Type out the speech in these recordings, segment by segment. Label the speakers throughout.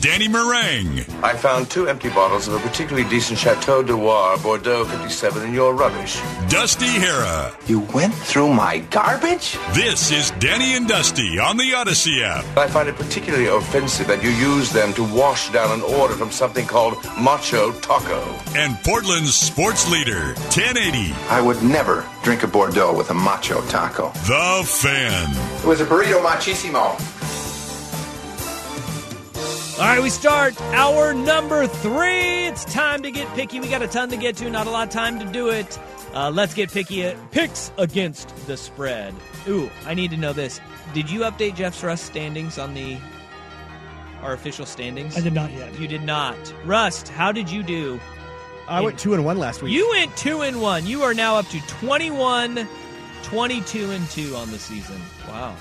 Speaker 1: Danny Meringue.
Speaker 2: I found two empty bottles of a particularly decent Chateau Noir Bordeaux 57 in your rubbish.
Speaker 1: Dusty Hera.
Speaker 2: You went through my garbage?
Speaker 1: This is Danny and Dusty on the Odyssey app.
Speaker 2: I find it particularly offensive that you use them to wash down an order from something called Macho Taco.
Speaker 1: And Portland's sports leader, 1080.
Speaker 2: I would never drink a Bordeaux with a Macho Taco.
Speaker 1: The Fan.
Speaker 2: It was a burrito machissimo.
Speaker 3: All right, we start our number three. It's time to get picky. We got a ton to get to, not a lot of time to do it. Uh, let's get picky. Picks against the spread. Ooh, I need to know this. Did you update Jeff's Rust standings on the our official standings?
Speaker 4: I did not yet.
Speaker 3: You did not. Rust, how did you do?
Speaker 4: I went two and one last week.
Speaker 3: You went two and one. You are now up to 21, 22 and two on the season. Wow.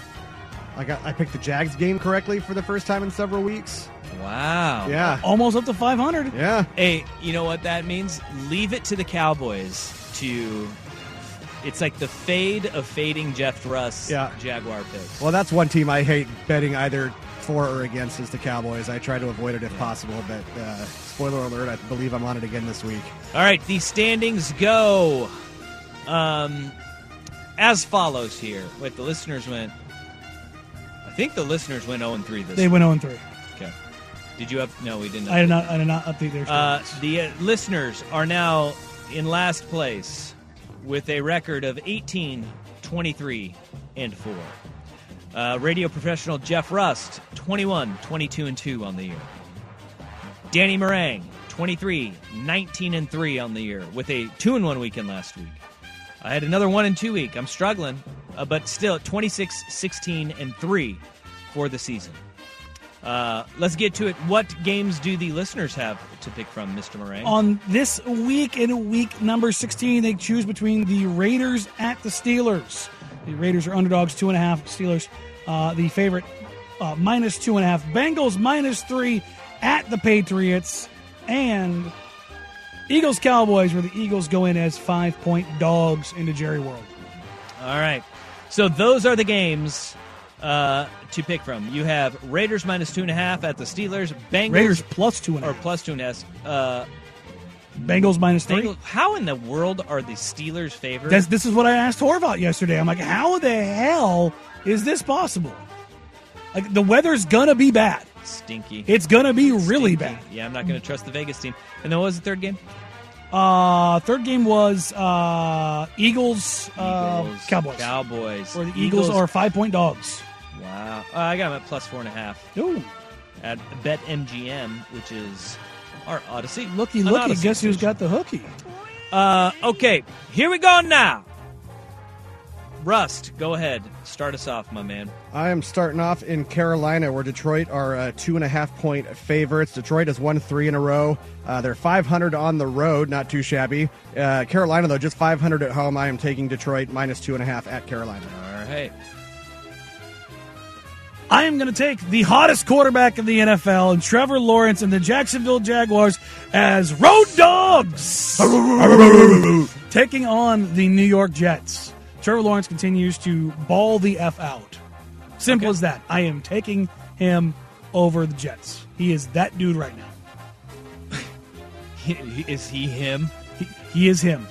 Speaker 4: I got I picked the Jags game correctly for the first time in several weeks.
Speaker 3: Wow.
Speaker 4: Yeah.
Speaker 5: Almost up to 500.
Speaker 4: Yeah.
Speaker 3: Hey, you know what that means? Leave it to the Cowboys to. It's like the fade of fading Jeff Russ
Speaker 4: Yeah.
Speaker 3: Jaguar picks.
Speaker 4: Well, that's one team I hate betting either for or against is the Cowboys. I try to avoid it if possible, but uh, spoiler alert, I believe I'm on it again this week.
Speaker 3: All right, the standings go um, as follows here. Wait, the listeners went. I think the listeners went 0 3 this
Speaker 5: They went 0 3.
Speaker 3: Okay. Did you up? No, we didn't.
Speaker 5: I did not. I did not update their.
Speaker 3: Uh,
Speaker 5: standings.
Speaker 3: the uh, listeners are now in last place with a record of 18, 23, and 4. Uh, radio professional Jeff Rust, 21, 22, and 2 on the year. Danny Meringue, 23, 19, and 3 on the year with a 2 and 1 weekend last week. I had another 1 and 2 week. I'm struggling, uh, but still at 26, 16, and 3 for the season. Uh, let's get to it. What games do the listeners have to pick from, Mr. Meringue?
Speaker 5: on this week in week number 16, they choose between the Raiders at the Steelers. The Raiders are underdogs, two and a half. Steelers, uh, the favorite, uh, minus two and a half. Bengals, minus three at the Patriots. And Eagles Cowboys, where the Eagles go in as five point dogs into Jerry World.
Speaker 3: All right. So those are the games uh, to pick from. You have Raiders minus two and a half at the Steelers. Bengals
Speaker 5: Raiders plus two and a
Speaker 3: or
Speaker 5: half.
Speaker 3: plus two and a half. Uh,
Speaker 5: Bengals minus three.
Speaker 3: Bengals, how in the world are the Steelers favored?
Speaker 5: That's, this is what I asked Horvat yesterday. I'm like, how the hell is this possible? Like, the weather's gonna be bad.
Speaker 3: Stinky.
Speaker 5: It's gonna be really
Speaker 3: Stinky.
Speaker 5: bad.
Speaker 3: Yeah, I'm not going to trust the Vegas team. And then what was the third game?
Speaker 5: Uh, third game was uh, Eagles, uh,
Speaker 3: Eagles,
Speaker 5: Cowboys,
Speaker 3: Cowboys.
Speaker 5: where the Eagles, are five point dogs.
Speaker 3: Wow. Uh, I got them at plus four and a half.
Speaker 5: Ooh,
Speaker 3: at BetMGM, which is our Odyssey.
Speaker 5: looky,
Speaker 3: An
Speaker 5: looky!
Speaker 3: Odyssey
Speaker 5: Guess who's
Speaker 3: station.
Speaker 5: got the hooky?
Speaker 3: Uh, okay, here we go now. Rust, go ahead. Start us off, my man.
Speaker 4: I am starting off in Carolina, where Detroit are uh, two and a half point favorites. Detroit has won three in a row. Uh, they're 500 on the road, not too shabby. Uh, Carolina, though, just 500 at home. I am taking Detroit minus two and a half at Carolina.
Speaker 3: All right.
Speaker 5: I am going to take the hottest quarterback in the NFL and Trevor Lawrence and the Jacksonville Jaguars as road dogs. Taking on the New York Jets. Trevor Lawrence continues to ball the F out. Simple as that. I am taking him over the Jets. He is that dude right now.
Speaker 3: Is he him?
Speaker 5: He, he is him,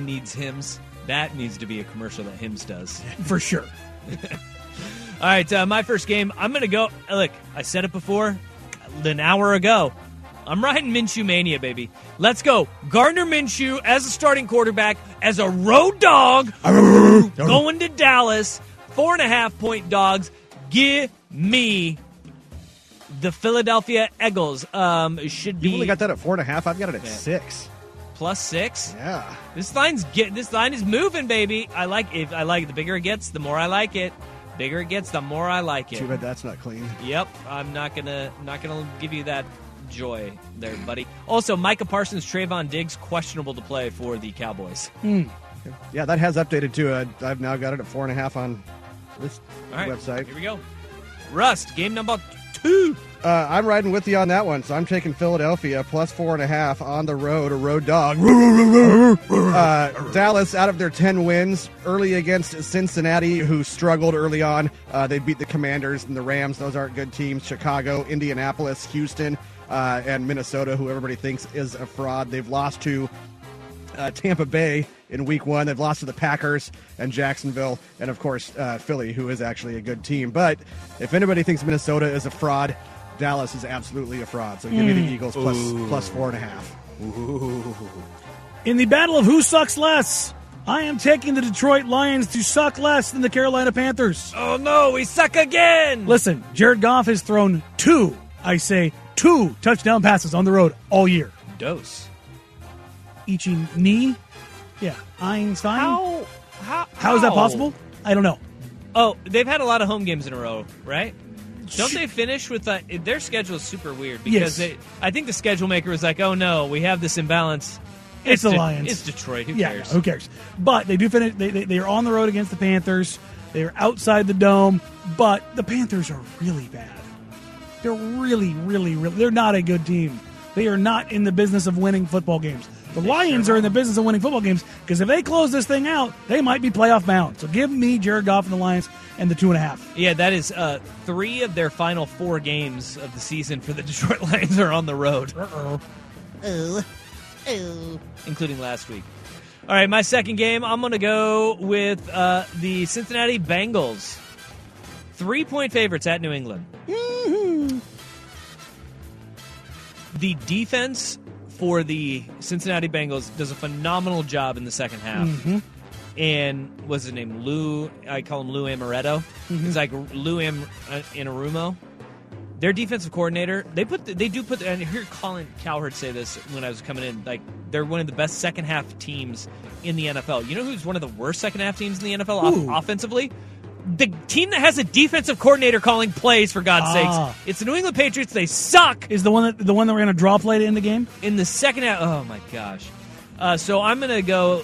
Speaker 3: needs hims. That needs to be a commercial that hims does.
Speaker 5: for sure.
Speaker 3: All right, uh, my first game. I'm going to go. Look, I said it before, an hour ago. I'm riding Minshew mania, baby. Let's go. Gardner Minshew as a starting quarterback, as a road dog, going to Dallas. Four and a half point dogs. Give me the Philadelphia Eagles. Um, it should be
Speaker 4: You only got that at four and a half. I've got it at six.
Speaker 3: plus six.
Speaker 4: Yeah.
Speaker 3: This line's get this line is moving, baby. I like it. I like it. The bigger it gets, the more I like it. Bigger it gets, the more I like it.
Speaker 4: Too bad that's not clean.
Speaker 3: Yep, I'm not gonna not gonna give you that joy there, buddy. Also, Micah Parsons, Trayvon Diggs, questionable to play for the Cowboys.
Speaker 4: Yeah, that has updated too. I, I've now got it at four and a half on this
Speaker 3: All right,
Speaker 4: website.
Speaker 3: Here we go. Rust, game number two.
Speaker 4: Uh, I'm riding with you on that one, so I'm taking Philadelphia plus four and a half on the road, a road dog. Uh, Dallas, out of their 10 wins, early against Cincinnati, who struggled early on. Uh, they beat the Commanders and the Rams. Those aren't good teams. Chicago, Indianapolis, Houston, uh, and Minnesota, who everybody thinks is a fraud. They've lost to uh, Tampa Bay in week one. They've lost to the Packers and Jacksonville, and of course, uh, Philly, who is actually a good team. But if anybody thinks Minnesota is a fraud, Dallas is absolutely a fraud. So give me
Speaker 3: Hmm.
Speaker 4: the Eagles plus, plus four and a half.
Speaker 5: In the battle of who sucks less, I am taking the Detroit Lions to suck less than the Carolina Panthers.
Speaker 3: Oh no, we suck again.
Speaker 5: Listen, Jared Goff has thrown two, I say two touchdown passes on the road all year.
Speaker 3: Dose.
Speaker 5: Ichi knee, yeah, Einstein.
Speaker 3: How? How?
Speaker 5: how is that possible? I don't know.
Speaker 3: Oh, they've had a lot of home games in a row, right? Don't they finish with uh, their schedule is super weird
Speaker 5: Yes.
Speaker 3: because they, I think the schedule maker was like, "Oh no, we have this imbalance."
Speaker 5: It's the
Speaker 3: De-
Speaker 5: Lions.
Speaker 3: It's Detroit. Who
Speaker 5: yeah,
Speaker 3: cares?
Speaker 5: who cares? But they do finish. They, they, they are on the road against the Panthers. They are outside the dome, but the Panthers are really bad. They're really, really, really. They're not a good team. They are not in the business of winning football games. The Lions are in the business of winning football games because if they close this thing out, they might be playoff bound. So give me Jared Goff and the Lions and the two and a half.
Speaker 3: Yeah, that is uh, three of their final four games of the season for the Detroit Lions are on the road,
Speaker 5: Uh-oh.
Speaker 3: including last week. All right, my second game, I'm going to go with uh, the Cincinnati Bengals. Three point favorites at New England. The defense for the Cincinnati Bengals does a phenomenal job in the second half. And what's his name? Lou, I call him Lou Amaretto. He's like Lou Am, uh, Anarumo. their defensive coordinator they put they do put and I heard Colin Cowherd say this when I was coming in like they're one of the best second half teams in the NFL. You know who's one of the worst second half teams in the NFL off-
Speaker 5: Who?
Speaker 3: offensively? The team that has a defensive coordinator calling plays for God's
Speaker 5: Ah.
Speaker 3: sakes. It's the New England Patriots. They suck
Speaker 5: Is the one that the one that we're going to draw play to end the game?
Speaker 3: in the second half. Oh my gosh! Uh, so I'm going to go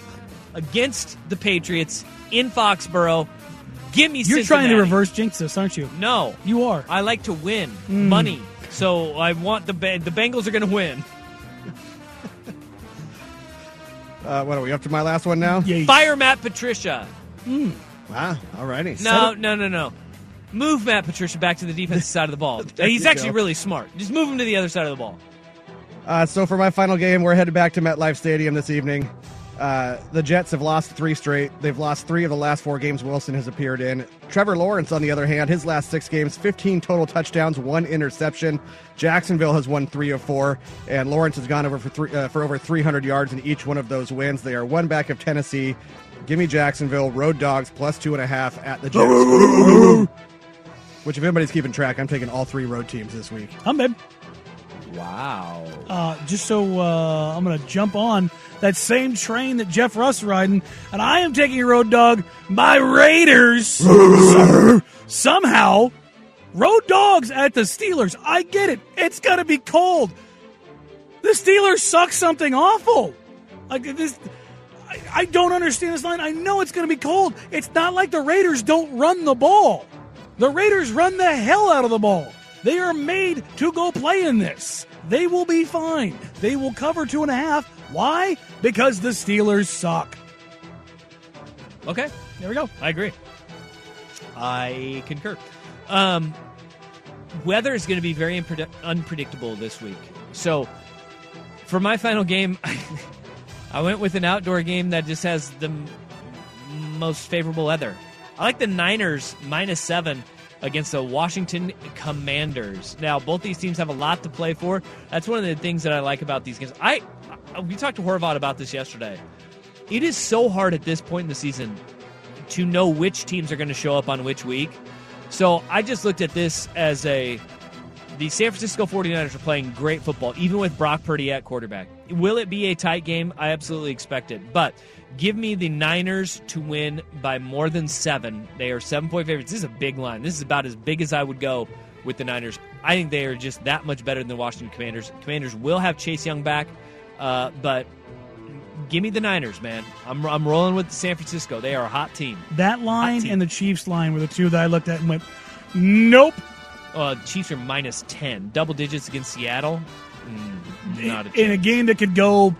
Speaker 3: against the Patriots in Foxborough. Give me.
Speaker 5: You're trying to
Speaker 3: Cincinnati.
Speaker 5: reverse jinx this, aren't you?
Speaker 3: No,
Speaker 5: You are.
Speaker 3: I like to win
Speaker 4: Hmm.
Speaker 3: money, so I want the ba- the Bengals are going to win.
Speaker 4: Uh, what are we up to my last one now?
Speaker 5: Yeah.
Speaker 3: Fire Matt Patricia.
Speaker 4: Wow. Alrighty.
Speaker 3: No, no, no, no. Move Matt Patricia back to the defensive side of the ball.
Speaker 4: you
Speaker 3: He's actually
Speaker 4: go.
Speaker 3: really smart. Just move him to the other side of the ball.
Speaker 4: Uh, so for my final game, we're headed back to MetLife Stadium this evening. Uh, the Jets have lost three straight. They've lost three of the last four games Wilson has appeared in. Trevor Lawrence, on the other hand, his last six games, 15 total touchdowns, one interception. Jacksonville has won three of four, and Lawrence has gone over for three, uh, for over 300 yards in each one of those wins. They are one back of Tennessee. Give me Jacksonville Road Dogs plus two and a half at the Jets. Which, if anybody's keeping track, I'm taking all three road teams this week.
Speaker 5: I'm babe.
Speaker 3: Wow.
Speaker 5: uh, just so uh, I'm going to jump on that same train that Jeff Russ riding, and I am taking a road dog. My Raiders some- somehow road dogs at the Steelers. I get it. It's going to be cold. The Steelers suck something awful. Like this. I- I don't understand this line. I know it's going to be cold. It's not like the Raiders don't run the ball. The Raiders run the hell out of the ball. They are made to go play in this. They will be fine. They will cover two and a half. Why? Because the Steelers suck.
Speaker 3: Okay,
Speaker 5: There we go.
Speaker 3: I agree. I concur. Um, weather is going to be very unpredict- unpredictable this week. So, for my final game, I went with an outdoor game that just has the m- most favorable weather. I like the Niners minus seven against the Washington Commanders. Now, both these teams have a lot to play for. That's one of the things that I like about these games. I, I we talked to Horvat about this yesterday. It is so hard at this point in the season to know which teams are going to show up on which week. So I just looked at this as a the San Francisco 49ers are playing great football, even with Brock Purdy at quarterback. Will it be a tight game? I absolutely expect it. But give me the Niners to win by more than seven. They are seven point favorites. This is a big line. This is about as big as I would go with the Niners. I think they are just that much better than the Washington Commanders. Commanders will have Chase Young back, uh, but give me the Niners, man. I'm, I'm rolling with San Francisco. They are a hot team.
Speaker 5: That line
Speaker 3: team.
Speaker 5: and the Chiefs line were the two that I looked at and went, nope.
Speaker 3: Uh, Chiefs are minus 10. Double digits against Seattle? Mm, not a
Speaker 5: In a
Speaker 3: chance.
Speaker 5: game that could go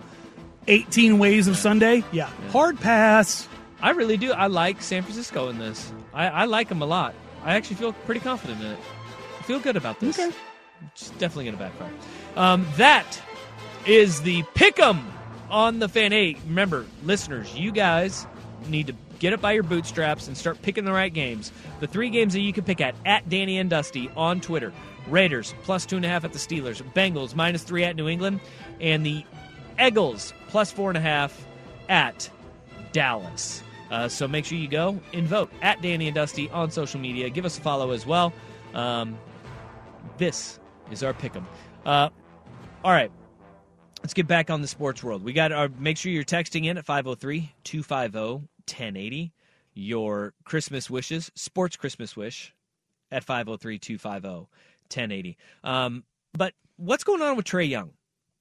Speaker 5: 18 ways of Sunday, yeah. Hard pass.
Speaker 3: I really do. I like San Francisco in this. I, I like them a lot. I actually feel pretty confident in it. I feel good about this.
Speaker 5: Okay.
Speaker 3: It's definitely going to backfire. Um, that is the pick 'em on the Fan 8. Remember, listeners, you guys need to get up by your bootstraps and start picking the right games. The three games that you can pick at, at Danny and Dusty on Twitter. Raiders, plus two and a half at the Steelers. Bengals, minus three at New England. And the Eagles, plus four and a half at Dallas. Uh, so make sure you go and vote at Danny and Dusty on social media. Give us a follow as well. Um, this is our pick'em. Uh, all right. Let's get back on the sports world. We got our make sure you're texting in at 503-250-1080 oh, your Christmas wishes, sports Christmas wish at 503-250-1080. Um, but what's going on with Trey Young?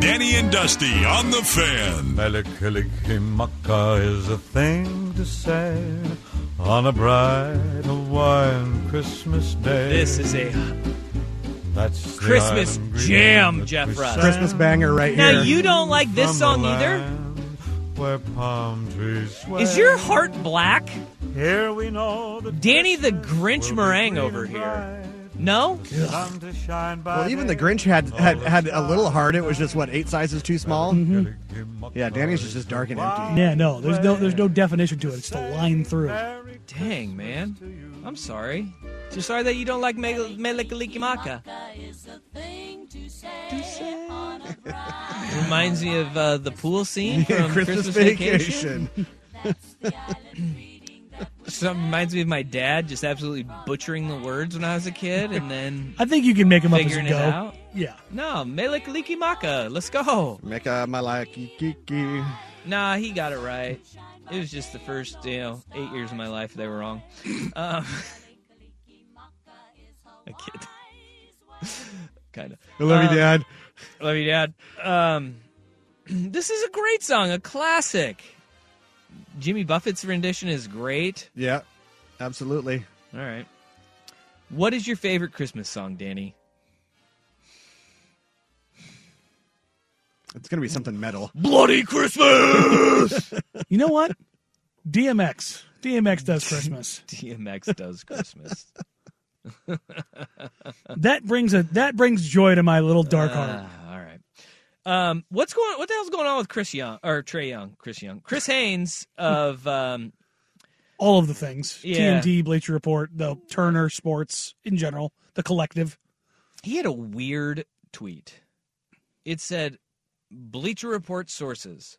Speaker 1: Danny and Dusty on the fan.
Speaker 6: Melikilikimaka is a thing to say on a bright Hawaiian Christmas day.
Speaker 3: This is a
Speaker 6: That's the
Speaker 3: Christmas
Speaker 6: island green
Speaker 3: jam,
Speaker 6: that
Speaker 3: Jeff
Speaker 6: we
Speaker 3: Russ.
Speaker 6: sang
Speaker 4: Christmas banger right
Speaker 3: Now
Speaker 4: here.
Speaker 3: you don't like this
Speaker 6: from
Speaker 3: song
Speaker 6: the
Speaker 3: either.
Speaker 6: land Where palm trees sway.
Speaker 3: Is your heart black?
Speaker 6: Here we know the
Speaker 3: Danny the Grinch meringue over here. No?
Speaker 6: sun to shine by
Speaker 4: Well, even
Speaker 6: day.
Speaker 4: the Grinch had
Speaker 3: Oh,
Speaker 4: had, had a little heart. It was just what eight sizes too small.
Speaker 3: Mm-hmm.
Speaker 4: Yeah, Danny's is just dark and empty.
Speaker 5: Yeah, no, there's no there's no definition to it. It's the line through.
Speaker 3: Dang, man. I'm sorry. Just sorry that you don't like Mel- Melikalikimaka. Reminds me of uh, the pool scene from Christmas, Vacation. So it reminds me of my dad just absolutely butchering the words when I was a kid, and then
Speaker 5: I think you can make them up as
Speaker 3: Figuring
Speaker 5: you
Speaker 3: it
Speaker 5: go.
Speaker 3: out?
Speaker 5: Yeah.
Speaker 3: no, Melikalikimaka. Let's go.
Speaker 4: Mecca Malaki Kiki.
Speaker 3: Nah, he got it right. It was just the first, you know, eight years of my life they were wrong. Um, a kid, kind of.
Speaker 4: I love you, Dad.
Speaker 3: Um, Love you, Dad. Um, this is a great song, a classic. Jimmy Buffett's rendition is great.
Speaker 4: Yeah, absolutely.
Speaker 3: All right. What is your favorite Christmas song, Danny?
Speaker 4: It's gonna be something metal.
Speaker 3: Bloody Christmas!
Speaker 5: You know what? DMX. DMX does Christmas.
Speaker 3: DMX does Christmas.
Speaker 5: That brings a that brings joy to my little dark heart.
Speaker 3: Ah, all right. Um, what's going? What the hell's going on with Chris Young or Trey Young? Chris Young, Chris Haynes of um,
Speaker 5: all of the things
Speaker 3: Yeah.
Speaker 5: TNT, Bleacher Report, the Turner Sports in general, the collective.
Speaker 3: He had a weird tweet. It said Bleacher Report sources.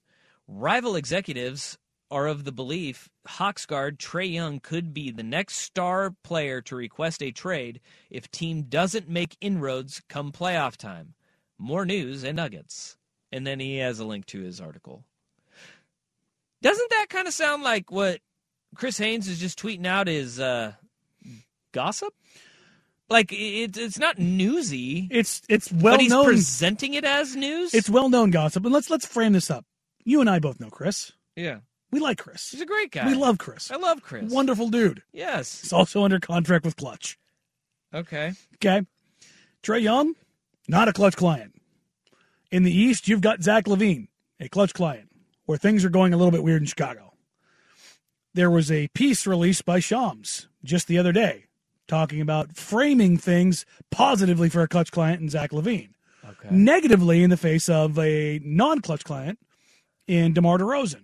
Speaker 3: Rival executives are of the belief Hawks guard Trey Young could be the next star player to request a trade if team doesn't make inroads come playoff time. More news and nuggets. And then he has a link to his article. Doesn't that kind of sound like what Chris Haynes is just tweeting out is uh, gossip? Like it, it's not newsy.
Speaker 5: It's it's well
Speaker 3: but he's
Speaker 5: known.
Speaker 3: presenting it as news.
Speaker 5: It's well known gossip, and let's let's frame this up. You and I both know Chris.
Speaker 3: yeah.
Speaker 5: We like Chris.
Speaker 3: He's a great guy.
Speaker 5: We love Chris.
Speaker 3: I love Chris.
Speaker 5: Wonderful dude.
Speaker 3: Yes.
Speaker 5: He's also under contract with Clutch.
Speaker 3: Okay.
Speaker 5: Okay. Trey Young, not a clutch client. In the East, you've got Zach Levine, a clutch client, where things are going a little bit weird in Chicago. There was a piece released by Shams just the other day talking about framing things positively for a clutch client and Zach Levine,
Speaker 3: Okay.
Speaker 5: negatively in the face of a non clutch client in DeMar DeRozan.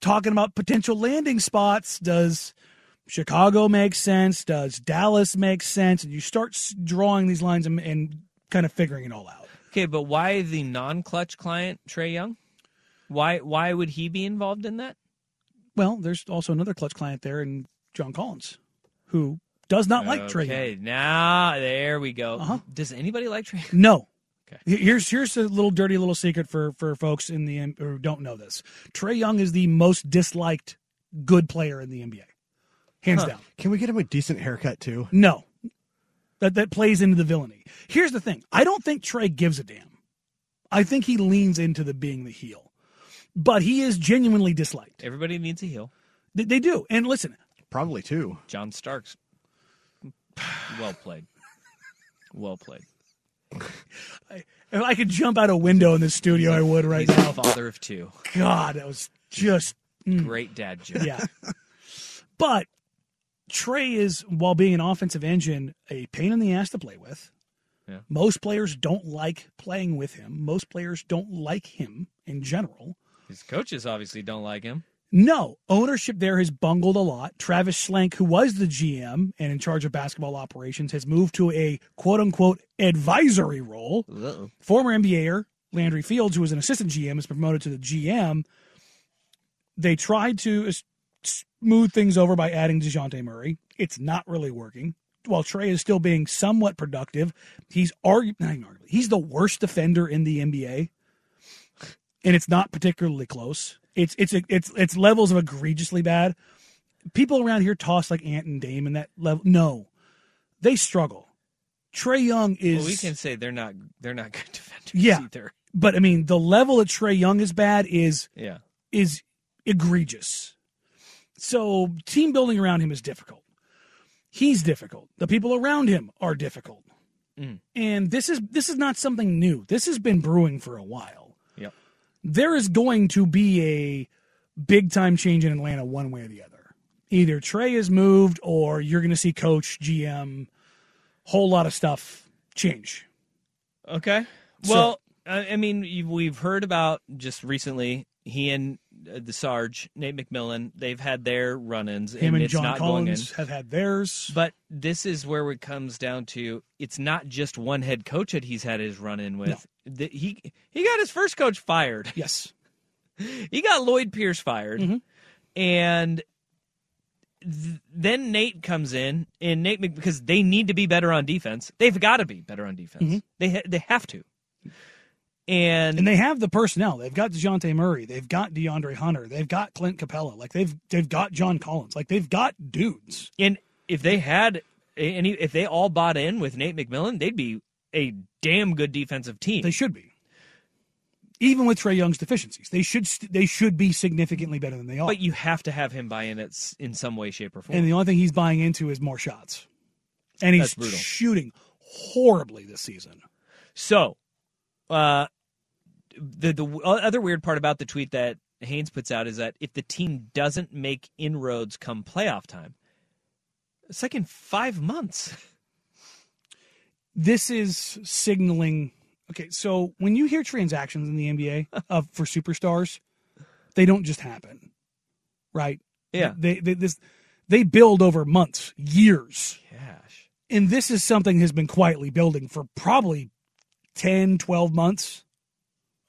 Speaker 5: Talking about potential landing spots, does Chicago makes sense? Does Dallas make sense? And you start s- drawing these lines and, and kind of figuring it all out.
Speaker 3: Okay, but why the non-clutch client Trey Young? Why why would he be involved in that?
Speaker 5: Well, there's also another clutch client there in John Collins, who does not like Trey. Young. Uh-huh.
Speaker 3: Okay, now there we go. Does anybody like Trey?
Speaker 5: No. Okay. Here's here's a little dirty little secret for for folks in the M- who don't know this. Trey Young is the most disliked good player in the NBA, hands
Speaker 4: Huh.
Speaker 5: down.
Speaker 4: Can we get him a decent haircut too?
Speaker 5: No. That that plays into the villainy. Here's the thing. I don't think Trey gives a damn. I think he leans into the being the heel. But he is genuinely disliked.
Speaker 3: Everybody needs a heel.
Speaker 5: They, they do. And listen,
Speaker 4: probably too.
Speaker 3: John Starks. Well played. Well played.
Speaker 5: If I could jump out a window in this studio, I would right
Speaker 3: He's
Speaker 5: now.
Speaker 3: a father of two.
Speaker 5: God, that was just mm.
Speaker 3: Great dad joke.
Speaker 5: Yeah. But Trey is, while being an offensive engine, a pain in the ass to play with.
Speaker 3: Yeah.
Speaker 5: Most players don't like playing with him. Most players don't like him in general.
Speaker 3: His coaches obviously don't like him.
Speaker 5: No, ownership there has bungled a lot. Travis Schlenk, who was the GM and in charge of basketball operations, has moved to a quote unquote advisory role. Former NBAer er, Landry Fields, who was an assistant GM, is promoted to the GM. They tried to s- smooth things over by adding DeJounte Murray. It's not really working. While Trey is still being somewhat productive, he's argu- not even arguably, he's the worst defender in the NBA and it's not particularly close. It's it's it's it's levels of egregiously bad. People around here toss like Ant and Dame in that level. No, they struggle. Trey Young is
Speaker 3: Well, we can say they're not they're not good defenders
Speaker 5: yeah,
Speaker 3: either.
Speaker 5: but I mean the level that Trey Young is bad is
Speaker 3: Yeah.
Speaker 5: is egregious. So team building around him is difficult. He's difficult. The people around him are difficult.
Speaker 3: Mm.
Speaker 5: And this is this is not something new. This has been brewing for a while.
Speaker 3: Yep.
Speaker 5: There is going to be a big time change in Atlanta one way or the other. Either Trey is moved or you're going to see coach, GM, whole lot of stuff change.
Speaker 3: Okay.
Speaker 5: So-
Speaker 3: Well, I I mean, you- we've heard about just recently he and uh, the Sarge, Nate McMillan, they've had their run-ins,
Speaker 5: Him and
Speaker 3: it's
Speaker 5: John
Speaker 3: not
Speaker 5: Collins
Speaker 3: Going in.
Speaker 5: have had theirs.
Speaker 3: But this is where it comes down to it's not just one head coach that he's had his run-in with. The- he he got his first coach fired.
Speaker 5: Yes, Mm-hmm.
Speaker 3: he got Lloyd Pierce fired, and th- then Nate comes in and Nate Mc- because they need to be better on defense. They've got to be better on defense.
Speaker 5: Mhm.
Speaker 3: They ha- they have to. And
Speaker 5: and they have the personnel. They've got Dejounte Murray. They've got DeAndre Hunter. They've got Clint Capella. Like they've they've got John Collins. Like they've got dudes.
Speaker 3: And if they had any, if they all bought in with Nate McMillan, they'd be a damn good defensive team.
Speaker 5: They should be. Even with Trey Young's deficiencies, they should st- they should be significantly better than they are.
Speaker 3: But you have to have him buy in at, s- in some way, shape, or form.
Speaker 5: and the only thing he's buying into is more shots, and he's
Speaker 3: That's brutal.
Speaker 5: shooting horribly this season.
Speaker 3: So, uh, the the w- other weird part about the tweet that Haynes puts out is that if the team doesn't make inroads come playoff time, it's like in five months.
Speaker 5: This is signaling. Okay, so when you hear transactions in the NBA of for superstars, they don't just happen, right?
Speaker 3: Yeah.
Speaker 5: They, they this they build over months, years.
Speaker 3: Gosh.
Speaker 5: And this is something has been quietly building for probably 10, 12 months.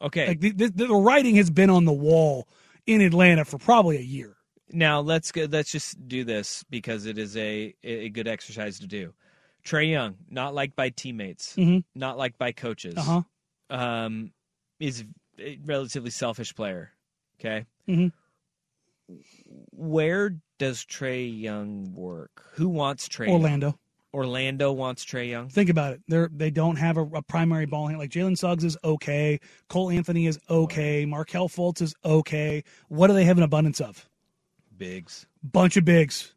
Speaker 3: Okay.
Speaker 5: Like the, the, the writing has been on the wall in Atlanta for probably a year.
Speaker 3: Now let's go, let's just do this because it is a a good exercise to do. Trey Young, not liked by teammates,
Speaker 5: Mhm.
Speaker 3: not liked by coaches.
Speaker 5: Uh-huh.
Speaker 3: Um, is a relatively selfish player. Okay,
Speaker 5: Mhm.
Speaker 3: where does Trey Young work? Who wants Trey? Young?
Speaker 5: Orlando.
Speaker 3: Orlando wants Trey Young.
Speaker 5: Think about it. They're they don't have a, a primary ball hand. Like Jalen Suggs is okay. Cole Anthony is okay. Markel Fultz is okay. What do they have an abundance of?
Speaker 3: Biggs.
Speaker 5: Bunch of bigs.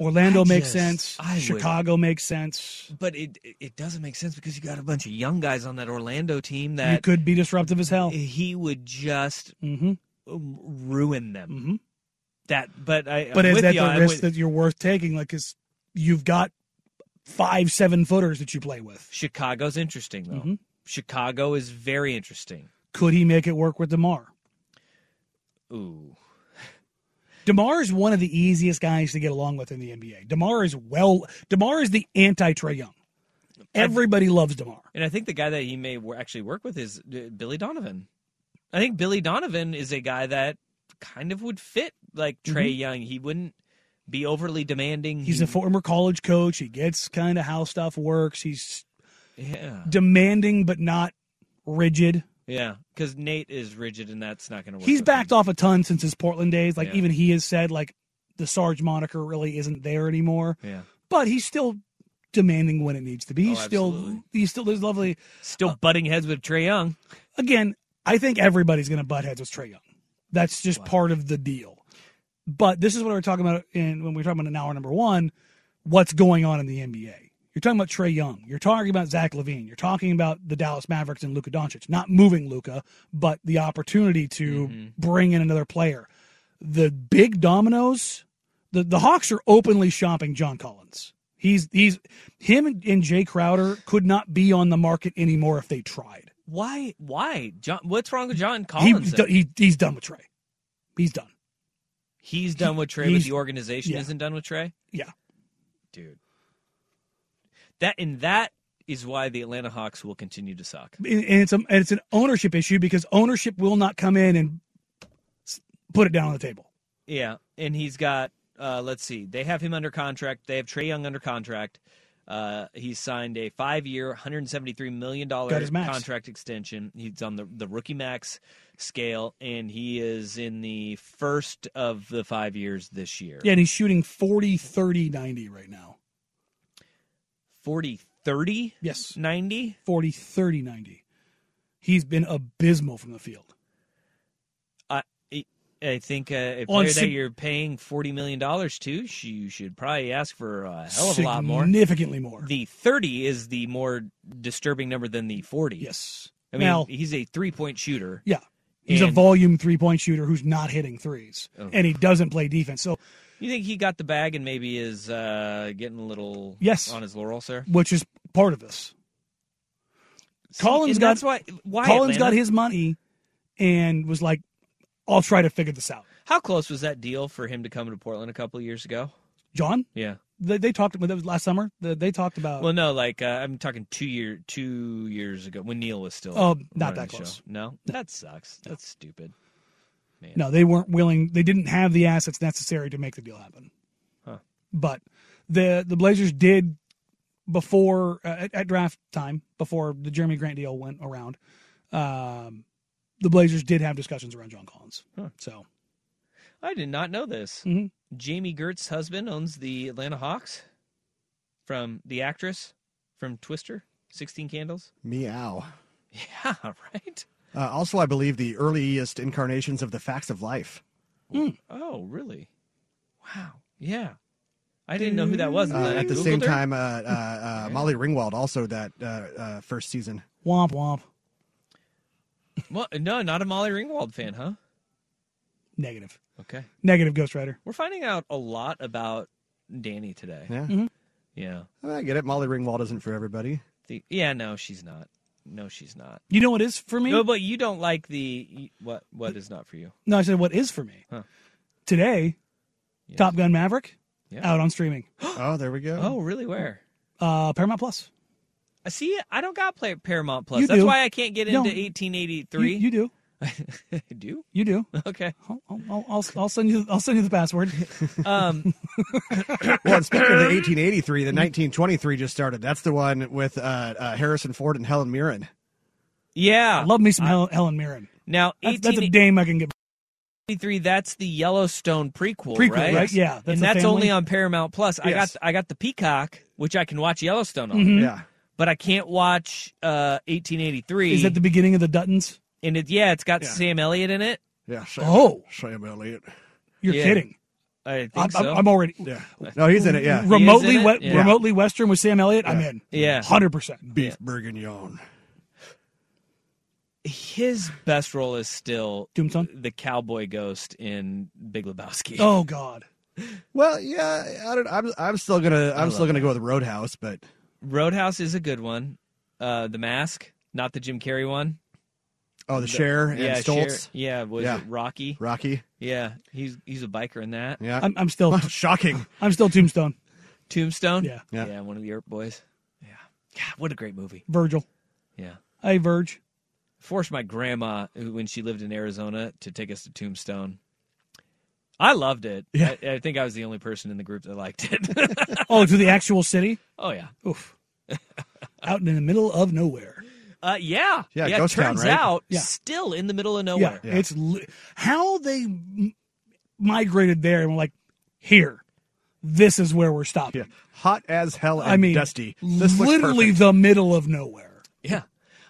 Speaker 5: Orlando
Speaker 3: I
Speaker 5: makes
Speaker 3: just-
Speaker 5: sense.
Speaker 3: I would-
Speaker 5: Chicago makes sense.
Speaker 3: But it it doesn't make sense because you got a bunch of young guys on that Orlando team
Speaker 5: you
Speaker 3: that
Speaker 5: could be disruptive as hell.
Speaker 3: he would just
Speaker 5: Mm-hmm.
Speaker 3: um, ruin them.
Speaker 5: Mhm.
Speaker 3: That, but I.
Speaker 5: But
Speaker 3: I'm
Speaker 5: is
Speaker 3: with
Speaker 5: that
Speaker 3: you,
Speaker 5: the
Speaker 3: I'm
Speaker 5: risk
Speaker 3: with-
Speaker 5: that you're worth taking? Like, is you've got five seven footers that you play with.
Speaker 3: Chicago's interesting though.
Speaker 5: Mhm.
Speaker 3: Chicago is very interesting.
Speaker 5: Could he make it work with Demar?
Speaker 3: Ooh,
Speaker 5: Demar is one of the easiest guys to get along with in the NBA. Demar is well. Demar is the anti Trey Young. Everybody loves Demar.
Speaker 3: and I think the guy that he may wor- actually work with is uh, Billy Donovan. I think Billy Donovan is a guy that kind of would fit like Trey
Speaker 5: Mhm.
Speaker 3: Young. He wouldn't be overly demanding.
Speaker 5: He's
Speaker 3: He-
Speaker 5: a former college coach. He gets kind of how stuff works. He's
Speaker 3: yeah,
Speaker 5: demanding but not rigid.
Speaker 3: yeah. Because Nate is rigid, and that's not going to work.
Speaker 5: He's
Speaker 3: with
Speaker 5: backed off a ton since his Portland days. Like
Speaker 3: Yeah.
Speaker 5: even he has said, like the Sarge moniker really isn't there anymore.
Speaker 3: him. Yeah,
Speaker 5: But he's still demanding when it needs to be. He's
Speaker 3: Oh,
Speaker 5: still
Speaker 3: absolutely.
Speaker 5: he's still there's lovely.
Speaker 3: still
Speaker 5: Uh,
Speaker 3: butting heads with Trey Young.
Speaker 5: Again, I think everybody's going to butt heads with Trey Young. That's just part of the deal. But this is what we we're talking about in when we we're talking about an hour number one, what's going on in the NBA. You're talking about Trey Young. You're talking about Zach Levine. You're talking about the Dallas Mavericks and Luka Doncic. Not moving Luka, but the opportunity to bring in another player. The big dominoes, the, the Hawks are openly shopping John Collins. He's he's him and, and Jay Crowder could not be on the market anymore if they tried.
Speaker 3: Why? Why? John, what's wrong with John
Speaker 5: He,
Speaker 3: Collins? then?
Speaker 5: he he's done with Trey. He's done.
Speaker 3: he's done with Trey, but
Speaker 5: he's-
Speaker 3: the organization
Speaker 5: yeah.
Speaker 3: isn't done with Trey.
Speaker 5: Yeah.
Speaker 3: dude. That and that is why the Atlanta Hawks will continue to suck.
Speaker 5: and and it's a, and it's an ownership issue because ownership will not come in and s- put it down on the table.
Speaker 3: Yeah, and he's got. Uh, let's see. They have him under contract. They have Trey Young under contract. Uh, he's signed a five-year, 173 million dollar
Speaker 5: Got his max.
Speaker 3: contract extension. He's on the the rookie max scale, and he is in the first of the five years this year.
Speaker 5: Yeah, and he's shooting 40 30 90 right now.
Speaker 3: 40, 30,
Speaker 5: Yes.
Speaker 3: 90.
Speaker 5: 40 30 90. He's been abysmal from the field.
Speaker 3: I I- I think uh, a
Speaker 5: On
Speaker 3: player
Speaker 5: sig-
Speaker 3: that you're paying forty million dollars to, sh- you should probably ask for a hell of a lot more.
Speaker 5: Significantly more.
Speaker 3: The thirty is the more disturbing number than the forty.
Speaker 5: Yes.
Speaker 3: I mean
Speaker 5: Now-
Speaker 3: he's a three point shooter.
Speaker 5: Yeah. He's a
Speaker 3: And-
Speaker 5: volume three point shooter who's not hitting threes,
Speaker 3: Oh.
Speaker 5: and he doesn't play defense. So,
Speaker 3: You think he got the bag and maybe is uh, getting a little
Speaker 5: Yes.
Speaker 3: on his laurel, sir?
Speaker 5: which is part of this. Collins
Speaker 3: and
Speaker 5: got-
Speaker 3: that's why. Why
Speaker 5: Collins got
Speaker 3: Atlanta?
Speaker 5: his money and was like, I'll try to figure this out.
Speaker 3: How close was that deal for him to come to Portland a couple of years ago?
Speaker 5: John,
Speaker 3: Yeah.
Speaker 5: they, they talked about that was last summer. They, they talked about
Speaker 3: Well, no, like uh, I'm talking two year two years ago when Neil was still.
Speaker 5: Oh, not
Speaker 3: running
Speaker 5: that
Speaker 3: the
Speaker 5: close.
Speaker 3: show. No, that sucks. That's stupid. Man.
Speaker 5: No, they weren't willing. They didn't have the assets necessary to make the deal happen.
Speaker 3: Huh.
Speaker 5: But the the Blazers did before uh, at, at draft time, before the Jeremy Grant deal went around. Um, the Blazers did have discussions around John Collins.
Speaker 3: Huh.
Speaker 5: So
Speaker 3: I did not know this.
Speaker 5: Mhm.
Speaker 7: Mm-hmm.
Speaker 3: Jamie Gert's husband owns the Atlanta Hawks. From the actress from Twister, Sixteen Candles.
Speaker 7: Meow.
Speaker 3: Yeah, right.
Speaker 7: Uh, also, I believe the earliest incarnations of the facts of life.
Speaker 3: Oh, really? Wow. Yeah. I didn't know who that was.
Speaker 7: Uh,
Speaker 3: and then I
Speaker 7: at the
Speaker 3: Googled
Speaker 7: same
Speaker 3: her.
Speaker 7: time, uh, uh, uh, Molly Ringwald also that uh, uh, first season.
Speaker 5: womp womp
Speaker 3: Well, no, not a Molly Ringwald fan, huh?
Speaker 5: negative
Speaker 3: Okay.
Speaker 5: negative Ghost Rider.
Speaker 3: We're finding out a lot about Danny today.
Speaker 7: Yeah,
Speaker 5: Mm-hmm.
Speaker 3: Yeah.
Speaker 7: I get it. Molly Ringwald isn't for everybody.
Speaker 3: The, yeah, no, she's not. No, she's not.
Speaker 5: You know what is for me?
Speaker 3: No, but you don't like the what? What is not for you?
Speaker 5: No, I said what is for me
Speaker 3: Huh.
Speaker 5: today, Top Gun Maverick
Speaker 3: Yeah.
Speaker 5: out on streaming.
Speaker 4: oh, there we go.
Speaker 3: Oh, really? Where?
Speaker 5: Uh, Paramount Plus.
Speaker 3: I see. I don't got play Paramount Plus.
Speaker 5: You
Speaker 3: That's
Speaker 5: do.
Speaker 3: why I can't get
Speaker 5: You
Speaker 3: into
Speaker 5: don't.
Speaker 3: 1883.
Speaker 5: You, you do.
Speaker 3: do.
Speaker 5: You do.
Speaker 3: Okay.
Speaker 5: I'll, I'll, I'll, I'll send you. I'll send you the password.
Speaker 3: Um,
Speaker 4: Well, and speaking of the 1883, the 1923 just started. That's the one with uh, uh, Harrison Ford and Helen Mirren.
Speaker 3: Yeah,
Speaker 5: I love me some Hel- Helen Mirren.
Speaker 3: Now,
Speaker 5: That's, that's a
Speaker 3: 18
Speaker 5: dame I can get.
Speaker 3: 83 that's the yellowstone prequel,
Speaker 5: Prequel,
Speaker 3: right,
Speaker 5: right? Yeah, that's
Speaker 3: and
Speaker 5: a
Speaker 3: that's
Speaker 5: family.
Speaker 3: only on paramount plus i
Speaker 5: Yes.
Speaker 3: got i got the peacock which i can watch yellowstone on
Speaker 5: Mhm. Yeah.
Speaker 3: but i can't watch uh 1883
Speaker 5: Is that the beginning of the Duttons?
Speaker 3: and it yeah it's got
Speaker 5: Yeah.
Speaker 3: sam elliott in it
Speaker 4: Yeah.
Speaker 5: Oh.
Speaker 4: Sam Elliott.
Speaker 5: You're
Speaker 3: Yeah.
Speaker 5: kidding.
Speaker 3: i think
Speaker 5: I'm, I'm-
Speaker 3: so
Speaker 5: I'm already.
Speaker 4: Yeah. No, he's in it. Yeah.
Speaker 5: Remotely,
Speaker 3: He is in it?
Speaker 5: we-
Speaker 3: Yeah.
Speaker 5: remotely Western with Sam Elliott. I'm
Speaker 3: Yeah.
Speaker 5: in.
Speaker 3: Yeah.
Speaker 5: hundred percent.
Speaker 4: Beef Bourguignon.
Speaker 3: his best role is still
Speaker 5: Doomtown?
Speaker 3: the cowboy ghost in big lebowski
Speaker 5: Oh God.
Speaker 4: Well, yeah, I don't. I'm, I'm still gonna. I'm still gonna go with Roadhouse, but
Speaker 3: roadhouse is a good one uh the mask not the jim carrey one
Speaker 4: oh, the, Cher and
Speaker 3: yeah, Cher-
Speaker 4: Stoltz,
Speaker 3: yeah was
Speaker 4: Yeah.
Speaker 3: it rocky
Speaker 4: Rocky.
Speaker 3: yeah he's he's a biker in that
Speaker 4: Yeah. Oh,
Speaker 5: I'm, I'm still
Speaker 4: shocking.
Speaker 5: I'm still Tombstone.
Speaker 3: Tombstone.
Speaker 5: Yeah.
Speaker 3: yeah, one of the Earp Boys. Yeah, God, what a great movie.
Speaker 5: Virgil.
Speaker 3: Yeah,
Speaker 5: Hey, Verge.
Speaker 3: forced my grandma who- when she lived in Arizona to take us to Tombstone. I loved it.
Speaker 5: Yeah.
Speaker 3: I, I think I was the only person in the group that liked it.
Speaker 5: Oh, to the actual city.
Speaker 3: oh yeah,
Speaker 5: Oof. Out in the middle of nowhere.
Speaker 3: uh, yeah,
Speaker 5: Yeah,
Speaker 3: yeah.
Speaker 5: Ghost Town,
Speaker 3: turns
Speaker 5: right?
Speaker 3: out,
Speaker 5: Yeah.
Speaker 3: still in the middle of nowhere.
Speaker 5: Yeah, it's li- how they m- migrated there and were like, here, this is where we're stopping.
Speaker 4: hot as hell. And
Speaker 5: I mean,
Speaker 4: dusty. This looks
Speaker 5: literally
Speaker 4: perfect.
Speaker 5: the middle of nowhere.
Speaker 3: Yeah.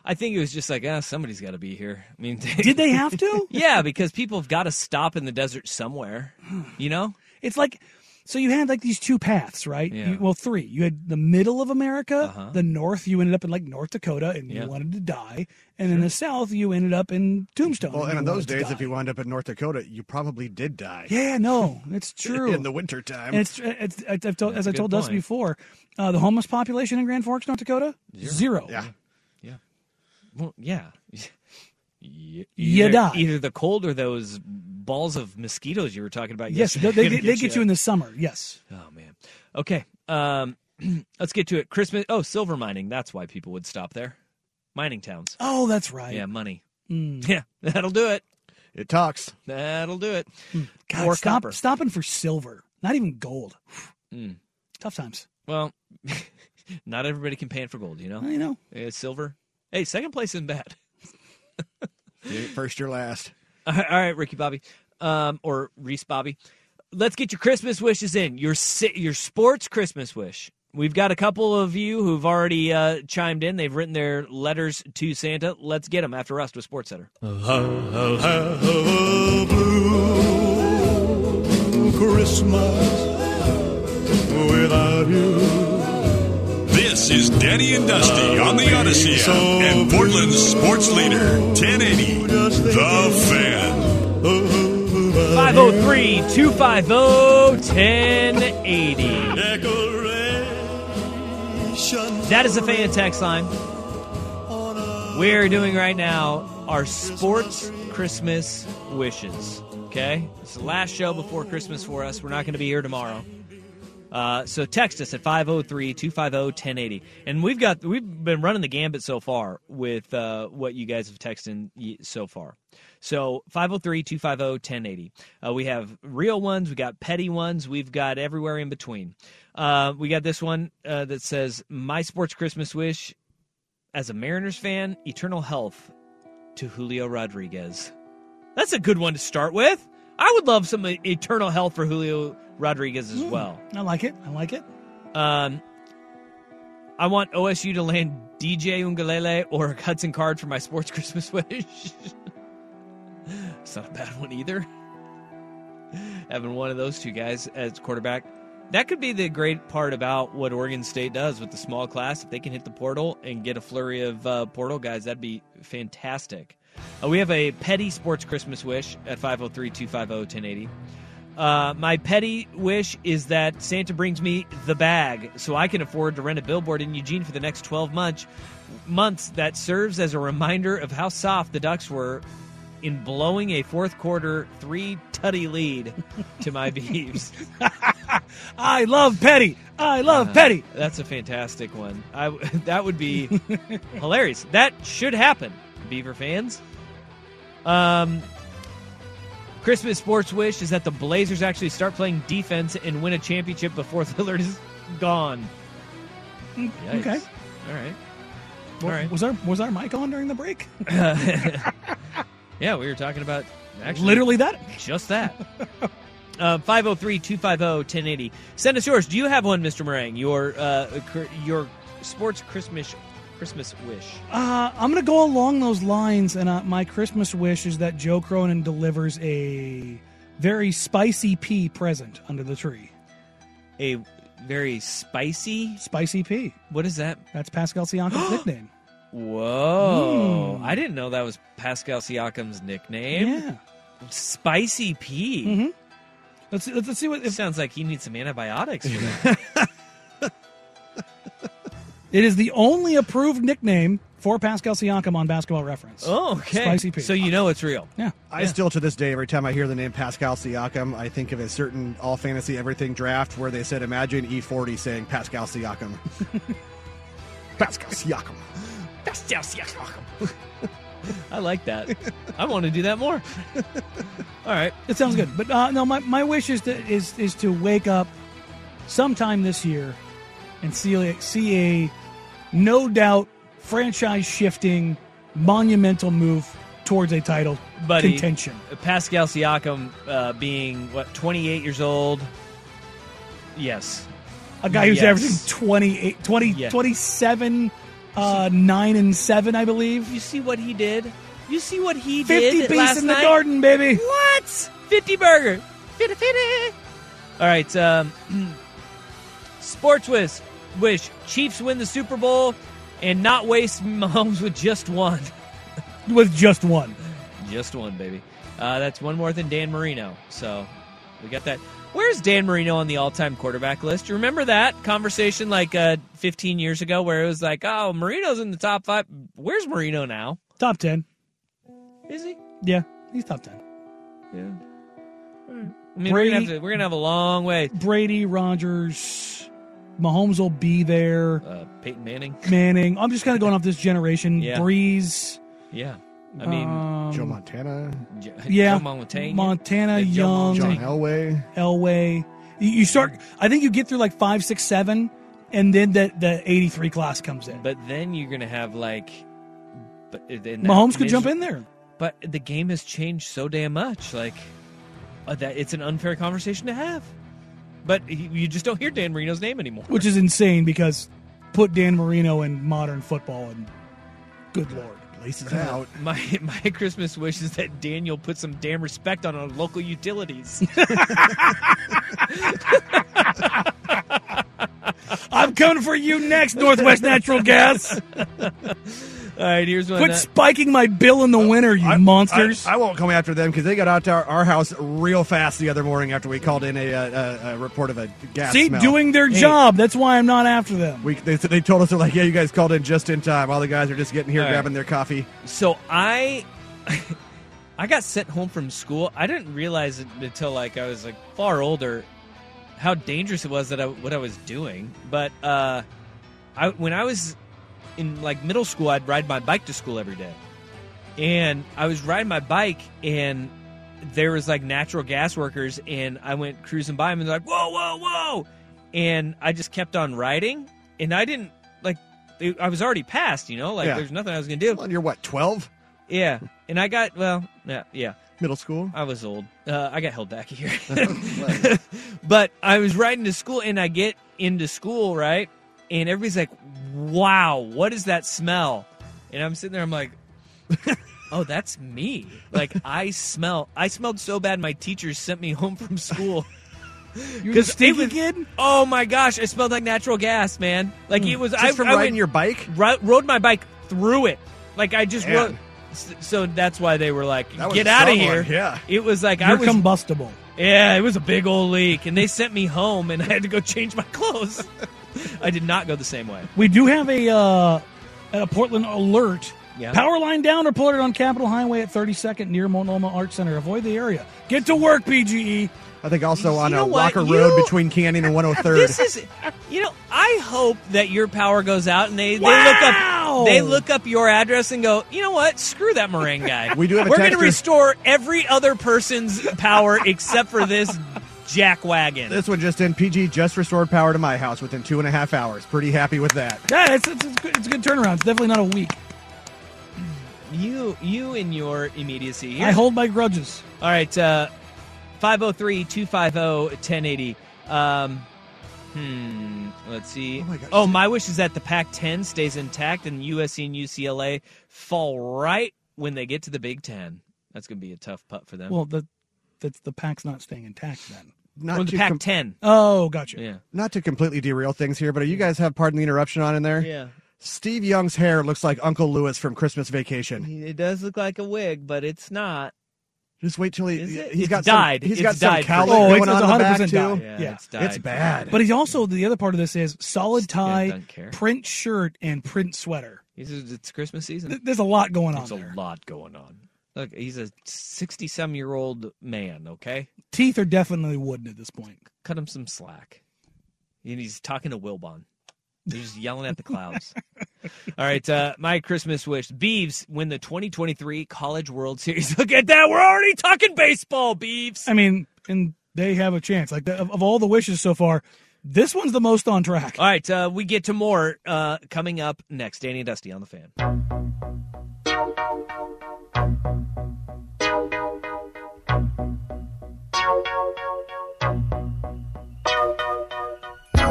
Speaker 3: I think it was just like, ah, somebody's got to be here. I mean,
Speaker 5: Did they have to?
Speaker 3: yeah, because people have got to stop in the desert somewhere. You know?
Speaker 5: It's like, so you had like these two paths, right?
Speaker 3: Yeah.
Speaker 5: You, well, three. You had the middle of America, the north. You ended up in like North Dakota, and
Speaker 4: Uh-huh. Yeah.
Speaker 5: you wanted to die. And in the south, you ended up in Tombstone.
Speaker 4: Well, and
Speaker 5: you
Speaker 4: in those
Speaker 5: wanted to
Speaker 4: days,
Speaker 5: die.
Speaker 4: if you wound up in North Dakota, you probably did die.
Speaker 5: Yeah, no, it's true.
Speaker 4: In the wintertime.
Speaker 5: And it's, it's, I- I've told,
Speaker 4: That's
Speaker 5: as
Speaker 4: a
Speaker 5: I
Speaker 4: good
Speaker 5: told Dustin
Speaker 4: point.
Speaker 5: before, uh, the homeless population in Grand Forks, North Dakota, zero.
Speaker 4: Yeah.
Speaker 3: Well, yeah. You
Speaker 5: You die.
Speaker 3: Either the cold or those balls of mosquitoes you were talking about.
Speaker 5: Yes, they,
Speaker 3: yesterday
Speaker 5: they,
Speaker 3: are
Speaker 5: they
Speaker 3: gonna
Speaker 5: get, you in
Speaker 3: up.
Speaker 5: the summer. Yes.
Speaker 3: Oh man. Okay. Um, let's get to it. Christmas. Oh, silver mining. That's why people would stop there. Mining towns.
Speaker 5: Oh, that's right.
Speaker 3: Yeah, money.
Speaker 5: Mm.
Speaker 3: Yeah, that'll do it.
Speaker 4: It talks.
Speaker 3: That'll do it.
Speaker 5: God,
Speaker 3: or
Speaker 5: stop,
Speaker 3: copper.
Speaker 5: stopping for silver, not even gold.
Speaker 3: Mm.
Speaker 5: Tough times.
Speaker 3: Well, not everybody can pan for gold, you know.
Speaker 5: I know.
Speaker 3: Uh, silver. Hey, second place isn't bad.
Speaker 4: First or last.
Speaker 3: All right, all right, Ricky Bobby, um, or Reese Bobby. Let's get your Christmas wishes in. Your si- your sports Christmas wish. We've got a couple of you who've already uh, chimed in. They've written their letters to Santa. Let's get them after us with Sports Center.
Speaker 1: Hello, blue Christmas without you. This is Danny and Dusty on the Odyssey app and Portland's sports leader, 1080, The Fan.
Speaker 3: 503 250 oh, 1080. That is the fan text line. We're doing right now our sports Christmas wishes. Okay? It's the last show before Christmas for us. We're not going to be here tomorrow. Uh, so text us at 503-250-1080. And we've got we've been running the gambit so far with uh, what you guys have texted in y- so far. So 503-250-1080. Uh, we have real ones, we got petty ones, we've got everywhere in between. Uh, we got this one uh, that says my sports Christmas wish as a Mariners fan, eternal health to Julio Rodriguez. That's a good one to start with. I would love some e-, eternal health for Julio Rodriguez as well.
Speaker 5: I like it. I like it.
Speaker 3: Um, I want OSU to land DJ Ungalele or Hudson Card for my sports Christmas wish. it's not a bad one either. Having one of those two guys as quarterback. That could be the great part about what Oregon State does with the small class. If they can hit the portal and get a flurry of uh, portal guys, that'd be fantastic. Uh, we have a petty sports Christmas wish at 503 250 1080. Uh, my petty wish is that Santa brings me the bag so I can afford to rent a billboard in Eugene for the next 12 months, months that serves as a reminder of how soft the Ducks were in blowing a fourth quarter three tutty lead to my Beeves.
Speaker 5: I love Petty. I love
Speaker 3: Uh,
Speaker 5: Oh, Petty.
Speaker 3: That's a fantastic one. I w that would be hilarious. That should happen, Beaver fans. Um, Christmas sports wish is that the Blazers actually start playing defense and win a championship before Lillard is gone. Yikes.
Speaker 5: Mm, Okay.
Speaker 3: All right.
Speaker 5: Wa-
Speaker 3: All right.
Speaker 5: Was our was our mic on during the break?
Speaker 3: Yeah, we were talking about actually
Speaker 5: Literally that?
Speaker 3: just that. Uh, 503 250 1080. Send us yours. Do you have one, Mr. Meringue? Your uh, cr- your sports Christmas Christmas wish.
Speaker 5: Uh, I'm going to go along those lines, and uh, my Christmas wish is that Joe Cronin delivers a very spicy pea present under the tree.
Speaker 3: A very spicy.
Speaker 5: Spicy pea.
Speaker 3: What is that?
Speaker 5: That's Pascal Siakam's nickname.
Speaker 3: Whoa.
Speaker 5: Mm.
Speaker 3: I didn't know that was Pascal Siakam's nickname.
Speaker 5: Yeah.
Speaker 3: Spicy P.
Speaker 5: Mhm. Let's, let's let's see what it
Speaker 3: sounds like. He needs some antibiotics for that.
Speaker 5: It is the only approved nickname for Pascal Siakam on Basketball Reference.
Speaker 3: Oh, okay.
Speaker 5: Spicy pea.
Speaker 3: So you know it's real.
Speaker 5: Yeah.
Speaker 4: I still, to this day, every time I hear the name Pascal Siakam, I think of a certain all fantasy everything draft where they said, "Imagine E40 saying Pascal Siakam." Pascal Siakam.
Speaker 3: Pascal Siakam. I like that. I want to do that more. All right,
Speaker 5: it sounds good. But uh, no, my, my wish is to is is to wake up sometime this year and see a, see a no doubt franchise shifting monumental move towards a title
Speaker 3: buddy.
Speaker 5: contention.
Speaker 3: Pascal Siakam uh, being what 28 years old. Yes,
Speaker 5: A guy who's
Speaker 3: Yes.
Speaker 5: averaging 28, 20,
Speaker 3: Yeah.
Speaker 5: 27, uh, 9 and 7, I believe.
Speaker 3: You see what he did? You see what he
Speaker 5: 50
Speaker 3: did last
Speaker 5: piece in the
Speaker 3: night?
Speaker 5: garden, baby.
Speaker 3: What? 50 burger. 50 50. All right. Um, sports wish. Wish Chiefs win the Super Bowl and not waste Mahomes with just one.
Speaker 5: With just one.
Speaker 3: Just one, baby. Uh, that's one more than Dan Marino. So we got that. Where's Dan Marino on the all-time quarterback list? You remember that conversation like uh, 15 years ago where it was like, "Oh, Marino's in the top five. Where's Marino now?
Speaker 5: Top 10.
Speaker 3: Is he?
Speaker 5: Yeah, he's top 10.
Speaker 3: Yeah. I mean, we're gonna have to, we're gonna have a long way.
Speaker 5: Brady, Rogers, Mahomes will be there.
Speaker 3: Uh, Peyton Manning.
Speaker 5: Manning. I'm just kind of going off this generation.
Speaker 3: Yeah.
Speaker 5: Breeze.
Speaker 3: Yeah. I mean,
Speaker 5: Um,
Speaker 4: Joe Montana.
Speaker 3: J-
Speaker 5: Yeah.
Speaker 3: Joe Montana.
Speaker 5: Montana,
Speaker 3: Yeah, Joe
Speaker 5: Young,
Speaker 4: John
Speaker 3: Montana.
Speaker 4: Elway.
Speaker 5: Elway. You, you start. I think you get through like five, six, seven, and then the the 83 class comes in.
Speaker 3: But then you're gonna have like, but in that
Speaker 5: Mahomes could jump
Speaker 3: miser-
Speaker 5: in there.
Speaker 3: But the game has changed so damn much. Like uh, that, it's an unfair conversation to have. But he- you just don't hear Dan Marino's name anymore.
Speaker 5: Which is insane because put Dan Marino in modern football and good lord.
Speaker 4: Laces out.
Speaker 3: My my Christmas wish is that Daniel put some damn respect on our local utilities.
Speaker 5: I'm coming for you next, Northwest Natural Gas.
Speaker 3: All right, here's one.
Speaker 5: Quit
Speaker 3: that-
Speaker 5: spiking my bill in the winter, you monsters.
Speaker 4: I, I won't come after them because they got out to our, our house real fast the other morning after we called in a, uh a, a report of a gas.
Speaker 5: See,
Speaker 4: smell.
Speaker 5: doing their
Speaker 4: Hey,
Speaker 5: job. That's why I'm not after them.
Speaker 4: We, they, they told us they're like, yeah, you guys called in just in time. All the guys are just getting here,
Speaker 3: All right.
Speaker 4: grabbing their coffee.
Speaker 3: So I, I got sent home from school. I didn't realize it until like I was like far older how dangerous it was that I, what I was doing. But uh, I when I was in like middle school, I'd ride my bike to school every day, and I was riding my bike and there was like natural gas workers, and I went cruising by them and they're like, whoa, whoa, whoa, and I just kept on riding, and I didn't like. it- I was already past, you know. Like,
Speaker 4: Yeah.
Speaker 3: there's nothing I was gonna do.
Speaker 4: Well, you're what, 12?
Speaker 3: Yeah, and I got well, yeah, yeah.
Speaker 4: Middle school?
Speaker 3: I was old. Uh, I got held back here, but I was riding to school, and I get into school right, and everybody's like, "Wow, what is that smell?" And I'm sitting there, I'm like, "Oh, that's me! Like I smell. I smelled so bad, my teachers sent me home from school."
Speaker 5: You're
Speaker 3: Because
Speaker 5: stinky
Speaker 3: it was-
Speaker 5: kid?
Speaker 3: Oh my gosh, I smelled like natural gas, man. Like it was.
Speaker 4: Hmm. Just
Speaker 3: I,
Speaker 4: from
Speaker 3: I
Speaker 4: riding
Speaker 3: went-
Speaker 4: your bike?
Speaker 3: ro- rode my bike through it. Like I just
Speaker 4: Man.
Speaker 3: rode. s- So that's why they were like,
Speaker 4: That was
Speaker 3: "Get
Speaker 4: a
Speaker 3: out of
Speaker 4: strong
Speaker 3: here!"
Speaker 4: one, yeah.
Speaker 3: it was like I
Speaker 5: You're
Speaker 3: was.
Speaker 5: combustible.
Speaker 3: yeah, it was a big old leak, and they sent me home, and I had to go change my clothes. I did not go the same way.
Speaker 5: We do have a uh, a Portland alert
Speaker 3: Yeah.
Speaker 5: Power line down reported on Capitol Highway at 32nd near Monoma Art Center. Avoid the area. Get to work, E. PGE.
Speaker 4: I think also on
Speaker 3: know
Speaker 4: a
Speaker 3: what?
Speaker 4: Locker Road
Speaker 3: You-
Speaker 4: between Canyon and 103rd.
Speaker 3: This is, you know, I hope that your power goes out and they,
Speaker 5: Wow!
Speaker 3: they look up they look up your address and go, you know what? Screw that meringue guy.
Speaker 4: We do have a
Speaker 3: We're going to
Speaker 4: texter.
Speaker 3: restore every other person's power except for this jack wagon.
Speaker 4: This one just in. PG just restored power to my house within two and a half hours. Pretty happy with that.
Speaker 5: Yeah, it's, it's, it's, good, it's a good turnaround. It's definitely not a week.
Speaker 3: You you in your immediacy.
Speaker 5: I hold my grudges.
Speaker 3: All right, uh 503-250-1080. oh, Um Hmm. Let's see. Oh my, wish is that the Pac-10 stays intact and USC and UCLA fall right when they get to the Big Ten. That's going to be a tough putt for them.
Speaker 5: Well, the that's the pack's not staying intact then.
Speaker 4: Not
Speaker 3: Or the
Speaker 4: to
Speaker 3: Pac-10.
Speaker 5: Oh, gotcha.
Speaker 3: Yeah.
Speaker 4: Not to completely derail things here, but you guys have pardon the interruption on in there.
Speaker 3: Yeah.
Speaker 4: Steve Young's hair looks like Uncle Lewis from Christmas Vacation.
Speaker 3: It does look like a wig, but it's not.
Speaker 4: Just wait till he
Speaker 3: Is it?
Speaker 4: he's
Speaker 3: It's
Speaker 4: got
Speaker 3: dyed.
Speaker 4: Some, he's
Speaker 3: It's
Speaker 4: got some
Speaker 3: dyed for
Speaker 4: cowlick
Speaker 3: sure. Oh,
Speaker 4: going
Speaker 3: it's-
Speaker 4: on
Speaker 3: it's
Speaker 4: in the back
Speaker 3: 100% dyed.
Speaker 4: too.
Speaker 3: Yeah, it's dyed
Speaker 4: it's
Speaker 3: for
Speaker 4: bad.
Speaker 5: But he's also the other part of this is solid tie,
Speaker 3: don't care.
Speaker 5: print shirt, and print sweater.
Speaker 3: This is- It's Christmas season.
Speaker 5: Th- there's a lot going on
Speaker 3: There's
Speaker 5: there.
Speaker 3: a lot going on. Look, he's a 60 some year old man, okay?
Speaker 5: Teeth are definitely wooden at this point.
Speaker 3: Cut him some slack. And he's talking to Wilbon. They're just yelling at the clouds. All right, uh, my Christmas wish. Beeves win the 2023 College World Series. Look at that. We're already talking baseball, Beeves.
Speaker 5: I mean, and they have a chance. Like the, of, of all the wishes so far, this one's the most on track.
Speaker 3: All right, uh, we get to more uh, coming up next. Danny and Dusty on the fan.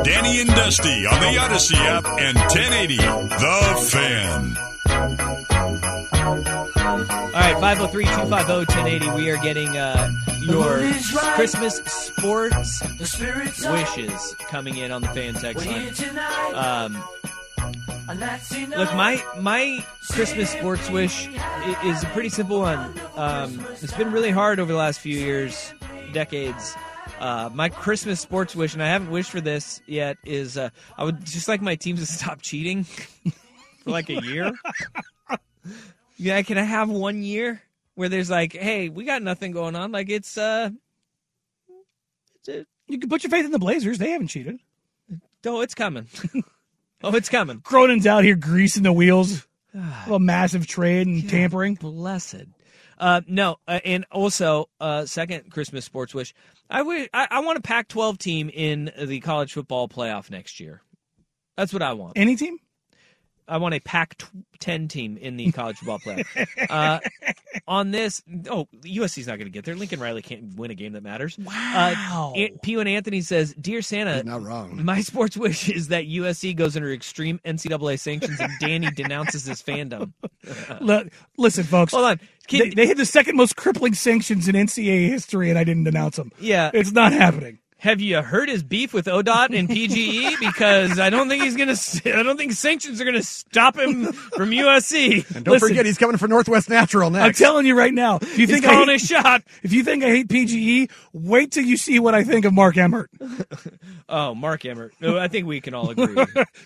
Speaker 1: Danny and Dusty on the Odyssey app and 1080 The Fan.
Speaker 3: All right, 503 250 1080. We are getting uh, your Christmas sports wishes coming in on the fan text line. Um, look, my my Christmas sports wish i- is a pretty simple one. Um, it's been really hard over the last few years, decades. Uh, my Christmas sports wish, and I haven't wished for this yet, is uh, I would just like my teams to stop cheating for like a year. yeah, can I have one year where there's like, hey, we got nothing going on. Like it's uh,
Speaker 5: You can put your faith in the Blazers. They haven't cheated.
Speaker 3: oh, it's coming. oh, it's coming.
Speaker 5: Cronin's out here greasing the wheels of a massive trade and tampering.
Speaker 3: Blessed. Uh, no, uh, and also uh, second Christmas sports wish. I wish I, I want a Pac-12 team in the college football playoff next year. That's what I want.
Speaker 5: Any team?
Speaker 3: I want a Pac-10 team in the college football playoff. Uh, on this, oh, USC's not going to get there. Lincoln Riley can't win a game that matters. Wow. Uh, An- Pew and Anthony says, "Dear Santa,
Speaker 4: not wrong.
Speaker 3: My sports wish is that USC goes under extreme NCAA sanctions and Danny denounces his fandom.
Speaker 5: Look, listen, folks.
Speaker 3: Uh. Hold on. Can-
Speaker 5: they, they hit the second most crippling sanctions in NCAA history, and I didn't denounce them.
Speaker 3: Yeah.
Speaker 5: It's not happening.
Speaker 3: Have you heard his beef with ODOT and PGE? Because I don't think he's gonna. I don't think sanctions are gonna stop him from USC.
Speaker 4: And don't forget, he's coming for Northwest Natural
Speaker 5: I'm
Speaker 4: next.
Speaker 5: telling you right now. If you
Speaker 3: He's
Speaker 5: think
Speaker 3: calling
Speaker 5: I,
Speaker 3: his shot.
Speaker 5: If you think I hate PGE, wait till you see what I think of Mark Emmert.
Speaker 3: Oh, Mark Emmert. No, I think we can all agree.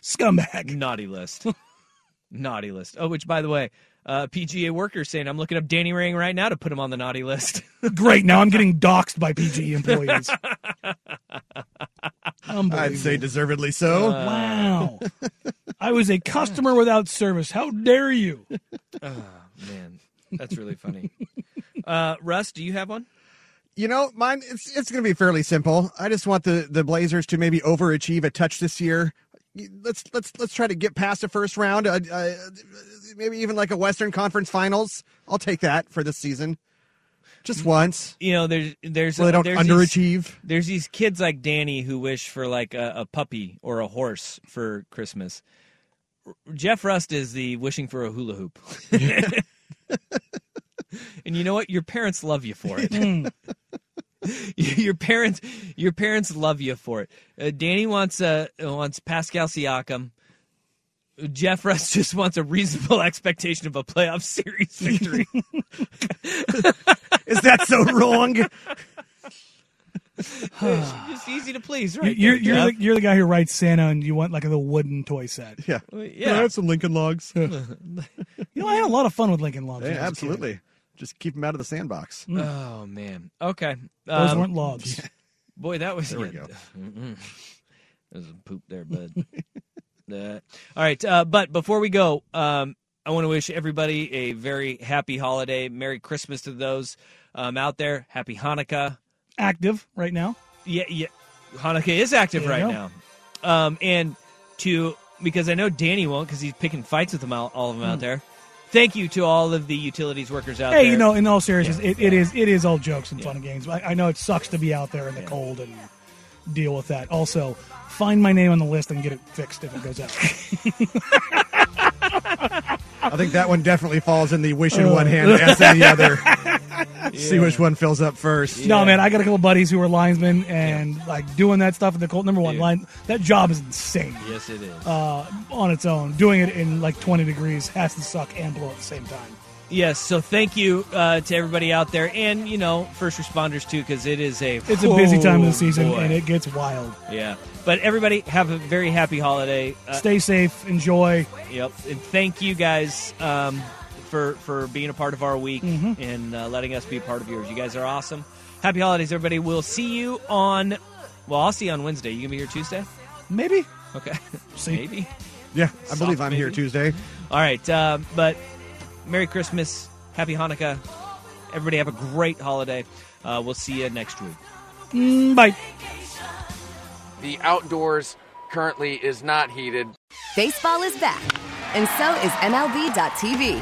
Speaker 5: Scumbag.
Speaker 3: Naughty list. naughty list. Oh, which by the way, uh, PGA workers saying I'm looking up Danny Ring right now to put him on the naughty list.
Speaker 5: Great. Now I'm getting doxxed by PGE employees. Unbelievable. Uh,
Speaker 4: I'd say deservedly so.
Speaker 5: Wow. I was a customer without service. How dare you?
Speaker 3: Man, that's really funny. Uh, Russ, do you have one?
Speaker 4: you know, mine it's it's going to be fairly simple. I just want the the Blazers to maybe overachieve a touch this year. Let's let's let's try to get past the first round. Uh, uh, maybe even like a Western Conference Finals. I'll take that for this season. Just once,
Speaker 3: You know, there's there's
Speaker 4: so they don't
Speaker 3: there's These,
Speaker 4: underachieve.
Speaker 3: there's these kids like Danny who wish for like a, a puppy or a horse for Christmas. Jeff Rust is the wishing for a hula hoop. and you know what? Your parents love you for it.
Speaker 5: Hmm.
Speaker 3: your parents your parents love you for it. Uh, Danny wants uh, wants Pascal Siakam. Jeff Russ just wants a reasonable expectation of a playoff series victory.
Speaker 4: Is that so wrong?
Speaker 3: It's just easy to please, right?
Speaker 5: You're,
Speaker 3: there,
Speaker 5: you're,
Speaker 3: Jeff.
Speaker 5: the, you're the guy who writes Santa and you want like the wooden toy set.
Speaker 4: Yeah.
Speaker 3: Yeah.
Speaker 4: some Lincoln logs?
Speaker 5: You know, I had a lot of fun with Lincoln Logs.
Speaker 1: Yeah,
Speaker 5: when I was a kid.
Speaker 1: absolutely. Just keep them out of the sandbox.
Speaker 5: Mm.
Speaker 3: Oh man. Okay.
Speaker 5: Those
Speaker 3: Um,
Speaker 5: weren't logs.
Speaker 3: Boy, that was
Speaker 1: There we go.
Speaker 3: yeah. Mm-mm. There's some poop there, bud. Uh, all right, uh, but before we go, um, I want to wish everybody a very happy holiday, Merry Christmas to those um, out there. Happy Hanukkah.
Speaker 5: Active right now.
Speaker 3: Yeah, yeah. Hanukkah is active
Speaker 5: There you
Speaker 3: right
Speaker 5: go.
Speaker 3: now, um, and to because I know Danny won't because he's picking fights with them all, all of them
Speaker 1: Hmm.
Speaker 3: out
Speaker 5: Mm.
Speaker 3: there. Thank you to all of the utilities workers out
Speaker 5: hey,
Speaker 3: there.
Speaker 5: you know, in all seriousness, it, it is it is all jokes and fun and games. I, I know it sucks to be out there in the cold and deal with that. Also, find my name on the list and get it fixed if it goes out.
Speaker 1: I think that one definitely falls in the wish in
Speaker 5: Oh.
Speaker 1: one hand, S in the other. See which one fills up first.
Speaker 5: No, man, I got a couple buddies who are linesmen and like doing that stuff in the cold. Number one, line that job is insane.
Speaker 3: Yes, it is.
Speaker 5: Uh, on its own, doing it in like 20 degrees has to suck and blow at the same time.
Speaker 3: Yes, so thank you uh, to everybody out there, and you know, first responders too, because it is a
Speaker 5: It's a busy time of the
Speaker 3: Oh,
Speaker 5: season
Speaker 3: boy.
Speaker 5: and it gets wild.
Speaker 3: yeah, but everybody have a very happy holiday. Uh,
Speaker 5: Stay safe, enjoy.
Speaker 3: Yep, and thank you guys um, for for being a part of our week
Speaker 5: Mhm.
Speaker 3: and uh, letting us be a part of yours. You guys are awesome. Happy holidays, everybody. We'll see you on. Well, I'll see you on Wednesday. You gonna be here Tuesday?
Speaker 5: Maybe.
Speaker 3: Okay.
Speaker 5: See.
Speaker 3: Maybe.
Speaker 1: Yeah, I
Speaker 3: Soft
Speaker 1: believe I'm here
Speaker 3: maybe.
Speaker 1: Tuesday.
Speaker 3: All right, uh, but Merry Christmas, Happy Hanukkah. Everybody have a great holiday. Uh, we'll see you next week.
Speaker 5: Mm, bye.
Speaker 8: The outdoors currently is not heated.
Speaker 9: Baseball is back, and so is MLB.tv.